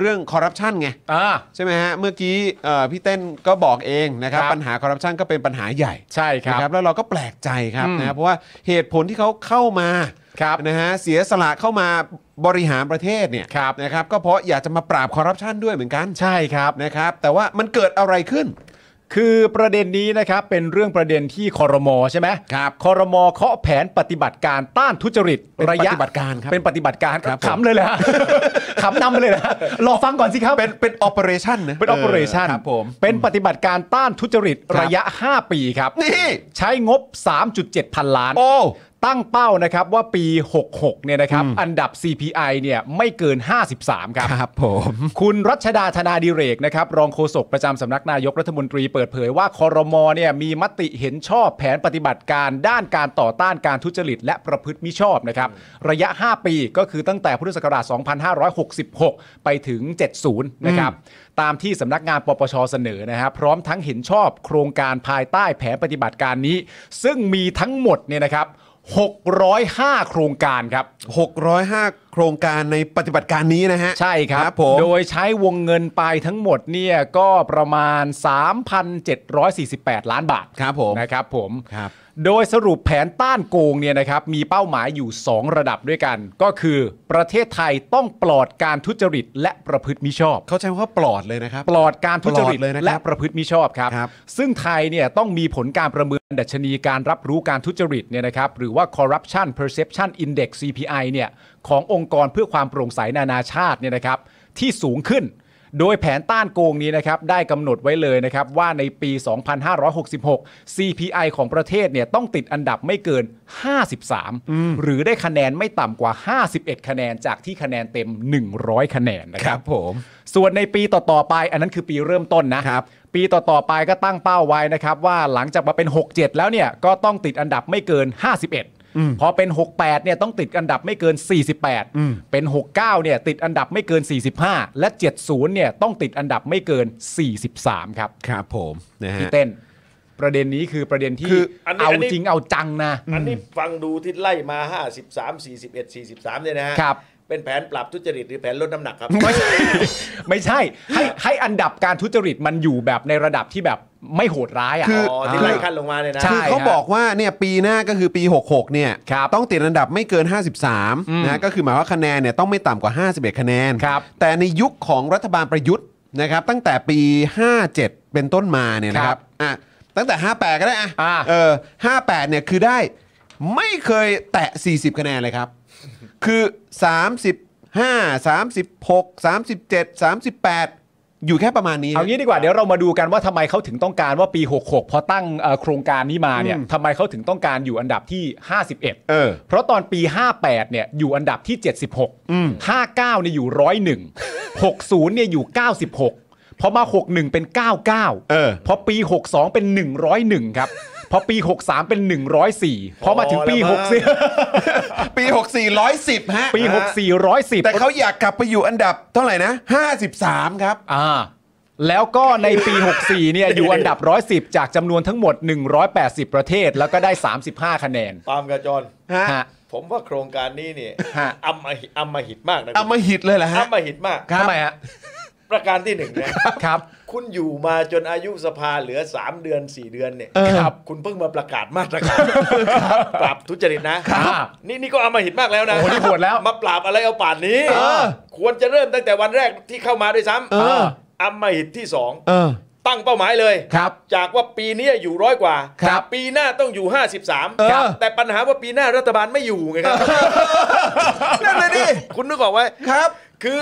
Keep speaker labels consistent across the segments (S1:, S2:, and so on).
S1: เรื่องคอร์รัปชันไง
S2: อ่า
S1: ใช่ไหมฮะ เมื่อกี้เอ่อพี่เต้นก็บอกเองนะครับ
S2: ครับ
S1: ปัญหาคอร์รัปชันก็เป็นปัญหาใหญ่
S2: ใช่ครั
S1: นะ
S2: บ
S1: แล้วเราก็แปลกใจครับ
S2: อืม
S1: นะครับเพราะว่าเหตุผลที่เขาเข้ามา
S2: ครับ
S1: นะฮะเสียสละเข้ามาบริหารประเทศเนี่ย
S2: ครับ
S1: นะครับก็เพราะอยากจะมาปราบคอร์รัปชันด้วยเหมือนกัน
S2: ใช่ครับ
S1: นะครับ แต่ว่ามันเกิดอะไรขึ้น
S2: คือประเด็นนี้นะครับเป็นเรื่องประเด็นที่คอรมอใช่ไหม
S1: ครับ
S2: คอรมอเคาะแผนปฏิบัติการต้านทุจริต
S1: เป็น
S2: ระยะ
S1: ปฏิบัติการครับ
S2: เป็นปฏิบัติการ
S1: ครับผม
S2: ขำ เลยแหละ ขำนำไปเลยนะรอฟังก่อนสิครับ
S1: เป็นเป็นออเปอเรชันนะ
S2: เป็น operation
S1: ครับผม
S2: เป็นปฏิบัติการต้านทุจริต
S1: ครับ
S2: ระยะ 5 ปีครับ
S1: นี่
S2: ใช้งบ 3.7 พันล้าน
S1: โอ้
S2: ตั้งเป้านะครับว่าปี 66 เนี่ยนะครับ อันดับ CPI เนี่ยไม่เกิน 53 ครับ
S1: ครับผม
S2: คุณรัชดาธนาดิเรกนะครับรองโฆษกประจำสำนักนายกรัฐมนตรีเปิดเผยว่าคอรมอเนี่ยมีมติเห็นชอบแผนปฏิบัติการด้านการต่อต้านการทุจริต และประพฤติมิชอบนะครับ ระยะ 5 ปีก็คือตั้งแต่พุทธศักราช 2566 ไปถึง 70 นะครับ ตามที่สำนักงานปปชเสนอนะครับพร้อมทั้งเห็นชอบโครงการภายใต้แผนปฏิบัติการนี้ ซึ่งมีทั้งหมดเนี่ยนะครับ 605 โครงการครับ
S1: 605 โครงการในปฏิบัติการนี้นะฮะ
S2: ใช่ครับ
S1: ผม
S2: โดยใช้วงเงินไปทั้งหมดเนี่ยก็ประมาณ 3,748 ล้านบาท
S1: ครับผม
S2: นะครับผม
S1: ครับ
S2: โดยสรุปแผนต้านโกงเนี่ยนะครับมีเป้าหมายอยู่ 2 ระดับด้วยกัน ก็คือประเทศไทยต้องปลอดการทุจริตและประพฤติมิชอบ
S1: เขาใช้คำว่าปลอดเลยนะครับ
S2: ปลอดการทุจริต
S1: ปลอดเลยนะครับ
S2: และประพฤติมิชอบครับ
S1: ครับ
S2: ซึ่งไทยเนี่ยต้องมีผลการประเมินดัชนีการรับรู้การทุจริตเนี่ยนะครับหรือว่า corruption perception index CPI เนี่ยขององค์กรเพื่อความโปร่งใสนานาชาติเนี่ยนะครับที่สูงขึ้น โดยแผนต้านโกงนี้นะครับได้กำหนดไว้เลยนะครับว่าในปี 2566 CPI ของประเทศเนี่ยต้องติดอันดับไม่เกิน 53 หรือได้คะแนนไม่ต่ำกว่า 51 คะแนนจากที่คะแนนเต็ม 100 คะแนนนะค
S1: ค
S2: รั
S1: รับผม
S2: ส่วนในปีต่อ ๆ ไป อันนั้นคือปีเริ่มต้นนะ
S1: ครับ
S2: ปีต่อ ๆ ไปก็ตั้งเป้าไว้นะครับ ว่าหลังจากมาเป็น 67 แล้วเนี่ย ก็ต้องติดอันดับไม่เกิน 51 พอเป็น 68 เนี่ยต้องติดอันดับไม่เกิน 48 เป็น 69 เนี่ยติดอันดับไม่เกิน 45 และ 70 เนี่ยต้องติดอันดับไม่เกิน 43 ครับ
S1: ครับผมนะฮะ
S2: พี่เต้น ประเด็นนี้คือประเด็นที่
S1: คือ
S3: อันนี้
S2: เอา
S3: อันนี้
S2: จริงเอาจังนะ
S3: อันนี้ฟังดูที่ไล่มา 53 41 43เนี่ยนะฮะ
S2: ครับ
S3: เป็นแผนปรับทุจริตหรือแผนลดน้ำหนักครับ
S2: ไม่ใช่ไม่ใช่ให้ให้อันดับการทุจริตมันอยู่แบบในระดับที่แบบไม่โหดร้ายอ่ะ
S1: คือ
S3: อ๋อที่ไล่ขั้นลงมาเนี่ยนะ
S2: ใช่
S1: คือเขาบอกว่าเนี่ยปีหน้าก็คือปี 66 เนี่ย
S2: ครับ
S1: ต้องติดอันดับไม่เกิน 53นะฮะก็คือหมายว่าคะแนนเนี่ยต้องไม่ต่ำกว่า 51 คะแนน
S2: ครับ
S1: แต่ในยุคของรัฐบาลประยุทธ์นะครับตั้งแต่ปี 57 เป็นต้นมาเนี่ยนะค
S2: ค
S1: รั
S2: รั
S1: บบ อ่ะตั้งแต่ 58 ก็ได้อ่ะ
S2: อ่า
S1: เออ58 เนี่ยคือได้ไม่เคยแตะ 40 คะแนนเลย ครับ คือ 35 36 37 38 อยู่แค่ประมาณนี้ฮะ
S2: เอางี้ดีกว่าเดี๋ยวเรามาดูกันว่าทำไมเขาถึงต้องการว่าปี 66 พอตั้งเอ่อโครงการนี้มาเนี่ย
S1: อืม
S2: ทำไมเขาถึงต้องการอยู่อันดับที่ 51
S1: เออ
S2: เพราะตอนปี 58 เนี่ยอยู่อันดับที่ 76 59 เนี่ยอยู่ 101 60 เนี่ยอยู่ 96 พอมา 61 เป็น 99
S1: เออ
S2: พอปี 62 เป็น 101 ครับ พอปี 63 เป็น 104 พอมาถึงปี
S3: พอแล้วมั้ง
S2: 64
S1: ปี 64 110 ฮะ
S2: ปี 64 110
S1: แต่เขาอยากกลับไปอยู่อันดับเท่าไหร่นะ 53 ครับ
S2: อ่าแล้วก็ในปี 64 เนี่ย อยู่อันดับ 110 จากจำนวนทั้งหมด 180 ประเทศ แล้วก็ได้ 35 คะแนน
S3: ปาล์มกับจอน
S1: ฮะ
S2: ฮะ
S3: ผมว่าโครงการนี้เนี่ย
S2: ฮะ
S3: อำมหิอำมหิตมากนะ
S1: เอามาหิตเลยเหรอฮะ
S3: อำมหิตมาก
S1: ครับ
S2: ทำไมฮะ
S3: ประการที่หนึ่งนะครับ คุณอยู่มาจนอายุสภาเหลือ 3 เดือน 4 เดือนเนี่ย
S1: เออ
S3: ครับคุณเพิ่งมาประกาศมาตรการปราบทุจริตนะครับ นี่นี่ก็อำมหิตมากแล้วนะ
S2: โอ้โหนี่โหดแล้ว
S3: มาปราบอะไรเอาป่านนี้
S2: เออ
S3: ควรจะเริ่มตั้งแต่วันแรกที่เข้ามาด้วยซ้
S1: เออ
S3: ำอำมหิตที่สอง
S1: เออ
S3: ตั้งเป้าหมายเลย
S1: ครับ
S3: จากว่าปีนี้อยู่ร้อยกว่า
S1: ครับ
S3: ปีหน้าต้องอยู่ 53
S1: เออ
S3: ครับแต่ปัญหาว่าปีหน้ารัฐบาลไม่อยู่ไงครับ
S1: นั่นเลยดิ
S3: คุณนึกออกไหม
S1: ครับ
S3: คือ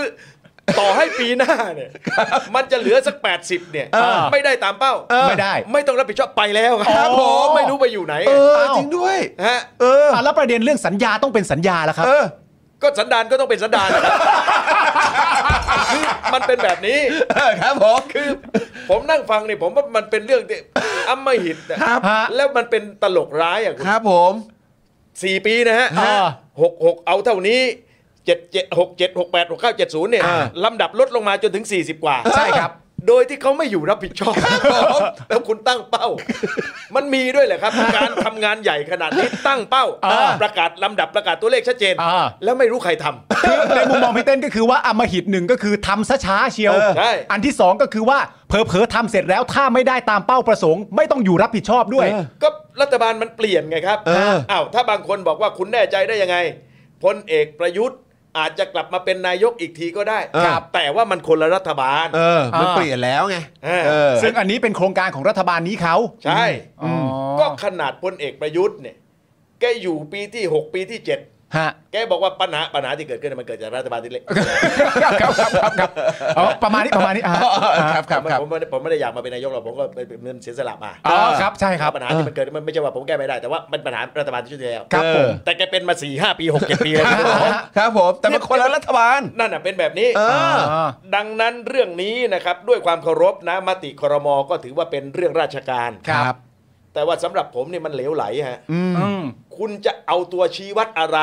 S3: ต่อให้ปีหน้าเนี่ย มันจะเหลือสัก 80 เนี่ย
S2: เออ
S3: ไม่ได้ตามเป้า
S1: เออ
S2: ไม่ได้
S3: ไม่ต้องรับผิดชอบไปแล้วค
S1: ครั
S3: รั
S1: บบ ผม
S3: ไม่รู้ไปอยู่ไหน
S1: เออ
S2: เอ้า
S1: จริงด้วย
S3: ฮะ
S1: เออ
S2: อ่ะแล้วประเด็นเรื่องสัญญาต้องเป็นสัญญาแล้วครับ
S1: เออ
S3: ก็สันดานก็ต้องเป็นสันดาน นะครับคือมันเป็นแบบนี้
S1: เอ อครับผม
S3: คือผมนั่งฟังเนี่ยผมว่ามันเป็นเรื่องที่อำมหิตนะครับ
S2: ฮะ
S3: แล้วมันเป็นตลกร้ายอ่ะคุณ
S1: ครับผม
S3: สี่ปีนะฮะ
S2: อ่า
S3: หกหกเอาเท่านี้เจ็ดเจ็ดหกเจ็ดหกแปดหกเก้าเจ็ดศูนย์เนี่ย
S2: อ่า
S3: ลำดับลดลงมาจนถึง 40 กว่า
S2: ใช่ครับ
S3: โด ดยที่เขาไม่อยู่รับผิดชอบแล้วคุณตั้งเป้า มันมีด้วยเหละครับ การทำงานใหญ่ขนาดนี้ตั้งเป้า
S2: อ่า
S3: ประกาศลำดับประกาศตัวเลขชัดเจน
S2: อ่า
S3: แล้วไม่รู้ใครทำ
S2: คือในมุมมองพี่เต้นก็คือว่าอำมหิตหนึ่งก็คือทำซะช้าเชียว
S3: เออใช่
S2: อันที่สองก็คือว่าเผลอๆทำเสร็จแล้วถ้าไม่ได้ตามเป้าประสงค์ ไม่ต้องอยู่รับผิดชอบด้วย
S1: เออ
S3: ก็รัฐบาลมันเปลี่ยนไงครับ
S1: เออ
S3: อ้าวถ้าบางคนบอกว่าคุณแน่ใจได้ยังไงพลเอกประยุทธ์อาจจะกลับมาเป็นนายกอีกทีก็ได้
S1: เออ
S3: ครับแต่ว่ามันคนละรัฐบาล
S1: เออ มัน
S2: อ่า
S1: เปลี่ยนแล้วไง
S3: เออ
S1: เออ
S2: ซึ่งอันนี้เป็นโครงการของรัฐบาลนี้เขา
S3: ใช่
S2: อ๋อ
S3: ก็ขนาดพลเอกประยุทธ์เนี่ยแกอยู่ปีที่ 6 ปีที่ 7
S2: ฮะ
S3: แกบอกว่าปัญหาปัญหาที่เกิดขึ้นนะมันเกิดจากรัฐบาลที่เล็ก
S2: ครับครับครับครับครับอ๋อประมาณนี้ประมาณนี้อ่ะ
S1: ครับครับครับ
S3: ผมไม่ได้ผมไม่ได้อยากมาเป็นนายกหรอกผมก็เป็นเงินเสียสละมา
S2: อ๋อครับใช่ครับ
S3: ปัญหาที่มันเกิดมันไม่ใช่ว่าผมแก้ไม่ได้แต่ว่ามันปัญหารัฐบาลที่ชุดที่แล้ว
S2: ครับผม
S3: แต่แกเป็นมา4ี่ห้าปีหกเจ็ดปีเลยนะครับผม
S1: ครับผม แต่มันคนละรัฐบาล
S3: นั่นน่ะเป็นแบบนี้
S1: เออ
S2: อ่า
S3: ดังนั้นเรื่องนี้นะครับด้วยความเคารพนะมติครมก็ถือว่าเป็นเรื่องราชการ
S2: ครับ
S3: แต่ว่าสำหรับผมเนี่ยมันเหลวไหลฮะ
S2: อืม
S3: คุณจะเอาตัวชี้วัดอะไร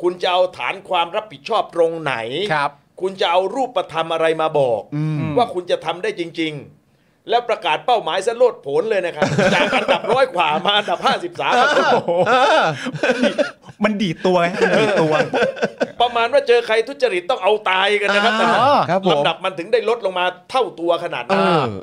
S3: คุณจะเอาฐานความรับผิดชอบตรงไหน
S2: ครับ
S3: คุณจะเอารูปธรรมอะไรมาบอก
S2: ม
S3: ว่าคุณจะทำได้จริง ๆ แล้วประกาศเป้าหมายสะโลดผลเลยนะครับ จากอันดับร้อยกว่ามาอันดับ 53
S2: มันดีดตัวไงมันดีดตัว
S3: ประมาณว่าเจอใครทุจริตต้องเอาตายกันนะครับ
S2: อ่า
S1: ครับผม
S3: ลำดับมันถึงได้ลดลงมาเท่าตัวขนาด
S1: เอ
S3: นั้น
S1: อ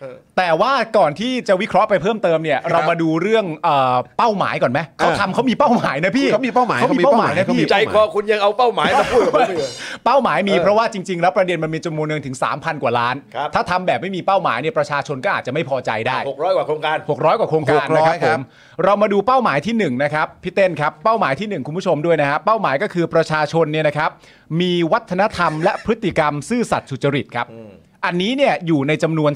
S1: เออ
S2: แต่ว่าก่อนที่จะวิเคราะห์ไปเพิ่มเติมเนี่ย เรามาดูเรื่องเอ่อเป้าหมายก่อนไหมเขาทำเขามีเป้าหมายนะพี่
S1: เขามีเป้าหมาย
S2: เขามีเป้าหมายนะ
S1: เขามี
S2: พี่
S1: เป้าหมาย
S3: ใจคอคุณยังเอาเป้าหมายมาพูดกับผมอยู่
S2: เป้าหมายมี
S3: เออ
S2: เพราะว่าจริง ๆ แล้วประเด็นมันมีจำนวนเงินถึง 3,000 กว่าล้าน
S3: ครับ
S2: ถ้าทำแบบไม่มีเป้าหมายเนี่ยประชาชนก็อาจจะไม่พอใจได้
S3: หกร้อยกว่าโครงการ
S2: 600 กว่าโครงการ
S1: 600
S2: นะครับ
S1: ค
S2: ผ
S1: รับ
S2: มเรามาดูเป้าหมายที่หนึ่งนะครับพี่เต้นครับเป้าหมายที่หนึ่งคุณผู้ชมด้วยนะครับเป้าหมายก็คือประชาชนเนี่ยนะครับมีวัฒนธรรมและพฤติกรรมซื่อสัตย์สุจริตครับอันนี้เนี่ยอยู่ในจำนวน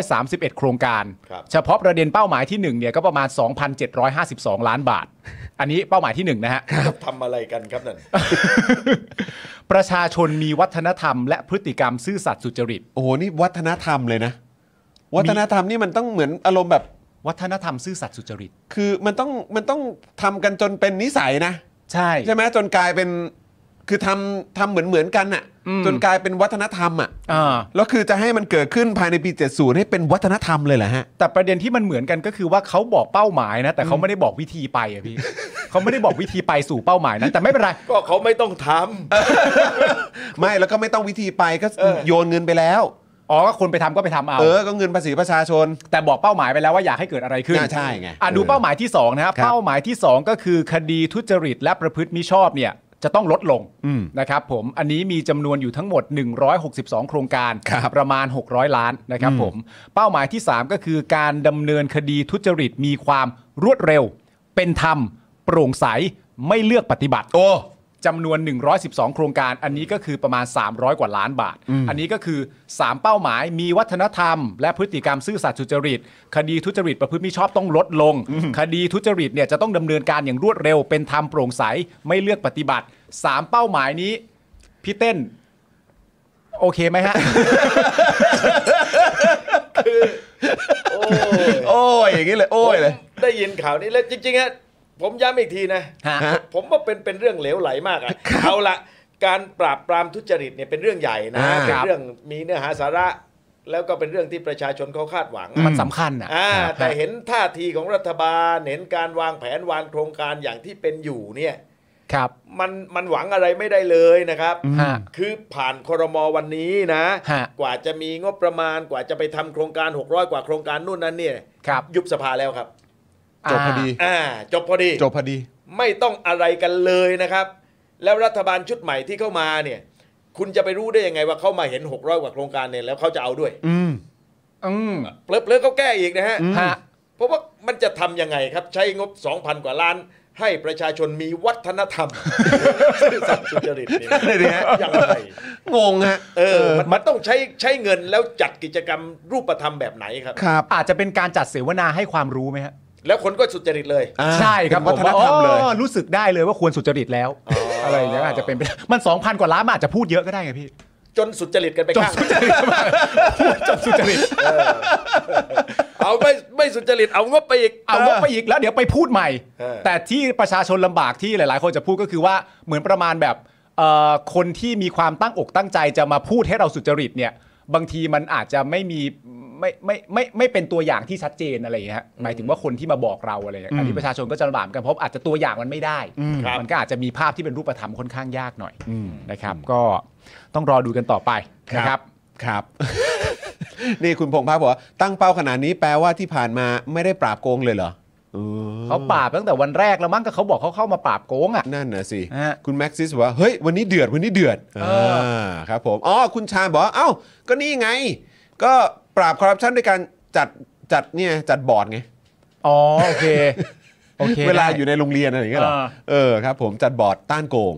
S2: 331 โครงการ
S3: ครับ
S2: เฉพาะประเด็นเป้าหมายที่หนึ่งเนี่ยก็ประมาณ 2,752 ล้านบาท อันนี้เป้าหมายที่หนึ่งนะฮะ
S3: ทำอะไรกันครับนั่น
S2: ประชาชนมีวัฒนธรรมและพฤติกรรมซื่อสัตย์สุจริต
S1: โอ้โห นี่วัฒนธรรมเลยนะ วัฒนธรรมนี่มันต้องเหมือนอารมณ์แบบ
S2: วัฒนธรรมซื่อสัตย์สุจริต
S1: คือมันต้องมันต้องทำกันจนเป็นนิสัยนะ
S2: ใช่
S1: ใช่ไหมจนกลายเป็นคือทำทำเหมือนเหมือนกันอ่ะ
S2: อืม
S1: จนกลายเป็นวัฒนธรรมอ่ะ
S2: อ่า
S1: แล้วคือจะให้มันเกิดขึ้นภายในปี 70 ให้เป็นวัฒนธรรมเลยเหรอฮะ
S2: แต่ประเด็นที่มันเหมือนกันก็คือว่าเขาบอกเป้าหมายนะ แต่เขาไม่ได้บอกวิธีไปอะพี่ เขาไม่ได้บอกวิธีไปสู่เป้าหมายนั้นแต่ไม่เป็นไร
S3: ก็เขาไม่ต้องท
S1: ไม่แล้วก็ไม่ต้องวิธีไปก็
S3: เออ
S1: โยนเงินไปแล้ว
S2: อ๋อก็คนไปทำก็ไปทำเอา
S1: เออ ก็เงินภาษีประชาชน
S2: แต่บอกเป้าหมายไปแล้วว่าอยากให้เกิดอะไรขึ้น
S1: น่าใช่ไง
S2: อ่ะดูเป้าหมายที่สองนะครับ
S1: ครับ
S2: เป้าหมายที่สองก็คือคดีทุจริตและประพฤติมิชอบเนี่ยจะต้องลดลงนะครับผมอันนี้มีจำนวนอยู่ทั้งหมด 162 โครงการประมาณ 600 ล้านนะครับผมเป้าหมายที่สามก็คือการดำเนินคดีทุจริตมีความรวดเร็ว เป็นธรรม โปร่งใสไม่เลือกปฏิบัติ
S1: โอ้
S2: จำนวน 112 โครงการ อันนี้ก็คือประมาณ 300 กว่าล้านบาท อันนี้ก็คือ 3 เป้าหมาย มีวัฒนธรรม และพฤติกรรมซื่อสัตย์สุจริต คดีทุจริตประพฤติมิชอบต้องลดลง คดีทุจริตเนี่ยจะต้องดำเนินการอย่างรวดเร็ว เป็นธรรมโปร่งใส ไม่เลือกปฏิบัติ 3 เป้าหมายนี้ พี่เต้น โอเคไหมฮะ
S3: ำโอ้ย
S1: โอ้ยอย่างนี้เลย โอ้ยเลย
S3: ผมได้ยินข่าวนี้แล้วจริงๆฮะผมย้ำอีกทีนะ
S2: ฮะ
S3: ผมว่าเป็นเป็นเรื่องเหลวไหลมากอ่ะเอาละการปราบปรามทุจริตเนี่ยเป็นเรื่องใหญ่นะ
S1: อ่า
S3: เป็นเรื่องมีเนื้อหาสาระ แล้วก็เป็นเรื่องที่ประชาชนเขาคาดหวัง
S2: มันสำคัญอ่ะ
S3: อ่าแต่เห็นท่าทีของรัฐบาลเห็นการวางแผนวางโครงการอย่างที่เป็นอยู่เนี่ย
S2: ครับ
S3: มันมันหวังอะไรไม่ได้เลยนะครับ
S2: ฮะ
S3: คือผ่านครมวันนี้นะ
S2: ฮะ
S3: กว่าจะมีงบประมาณกว่าจะไปทำโครงการ 600 กว่าโครงการนู่นนั่นเนี่ย
S2: ครับ
S3: ยุบสภาแล้วครับ
S1: จบพอดี
S3: อ่า จบพอดี
S1: จบพอดี
S3: ไม่ต้องอะไรกันเลยนะครับ แล้วรัฐบาลชุดใหม่ที่เข้ามาเนี่ย คุณจะไปรู้ได้ยังไงว่าเข้ามาเห็น 600 กว่าโครงการเนี่ยแล้วเขาจะเอาด้วย
S1: อืม
S2: อืม
S3: เพลิบๆเขาแก้อีกนะฮะ
S2: ฮะ
S3: เพราะว่ามันจะทำยังไงครับ ใช้งบ 2,000 กว่าล้าน ให้ประชาชนมีวัฒนธรรม ซื่อสัตย์สุจริตนี่
S1: นั่นเลยดิฮะ
S3: ยังไง
S1: งงฮะ
S3: เออมันมันต้องใช้ใช้เงินแล้วจัดกิจกรรมรูปธรรมแบบไหนครับ
S1: ครับ
S2: อาจจะเป็นการจัดเสวนาให้ความรู้ไหมฮะ
S3: แล้วคนก็สุจริตเลย
S1: อ่า
S2: ใช่ครับ
S1: เป็นวัฒนธรรมเลย
S2: ผมว่าอ๋อรู้สึกได้เลยว่าควรสุจริตแล้ว
S3: อ๋ออ
S2: อะไรอย่างเงี้ยอาจจะเป็นไปได้มัน 2,000 กว่าล้านมันอาจจะพูดเยอะก็ได้ไงพี่
S3: จนสุจริตกันไป
S2: จน
S3: ข้าง
S2: สุจริตมากพูดจนสุจริต
S3: เอาไม่ไม่สุจริตเอางบไปอีก
S2: เอางบไปอีกแล้วเดี๋ยวไปพูดใหม่
S3: เออ
S2: แต่ที่ประชาชนลำบากที่หลายๆ คนจะพูดก็คือว่าเหมือนประมาณแบบเอ่อคนที่มีความตั้งอกตั้งใจจะมาพูดให้เราสุจริตเนี่ย บางทีมันอาจจะไม่มีไม่ไม่ไม่ไม่เป็นตัวอย่างที่ชัดเจนอะไรอย่างเงี้ยฮะหมายถึงว่าคนที่มาบอกเราอะไรอย่างเงี้ยอันนี้ประชาชนก็จะลำบากเหมือนกันเพราะอาจจะตัวอย่างมันไม่ได้
S3: ครับ
S2: มันก็อาจจะมีภาพที่เป็นรูปธรรมค่อนข้างยากหน่อยนะครับ ก็ต้องรอดูกันต่อไปนะครับ
S1: ครับ นี่คุณพงษ์พักบอกว่าตั้งเป้าขนาดนี้แปลว่าที่ผ่านมาไม่ได้ปราบโกงเลยเหรอเออ
S2: เขาปราบตั้งแต่วันแรกแล้วมั้งก็เขาบอกเขาเข้ามาปราบโกงอ่ะ
S1: นั่นน่ะสิ
S2: ฮะ
S1: คุณแม็กซิสบอกว่า เฮ้ย วันนี้เดือด วันนี้เดือด
S2: เอออ่
S1: าครับผม อ๋อ คุณชาญบอกว่า เอ้า ก็นี่ไง ก็ปราบคอร์รัปชันด้วยการจัดจัดเนี่ยจัดบอร์ดไง
S2: อ๋อโอเคโอเค
S1: เวลา
S2: ได้
S1: อยู่ในโรงเรียนอะไรอย่างเงี้ยเหรอ
S2: เออ
S1: เออครับผมจัดบอร์ดต้านโกง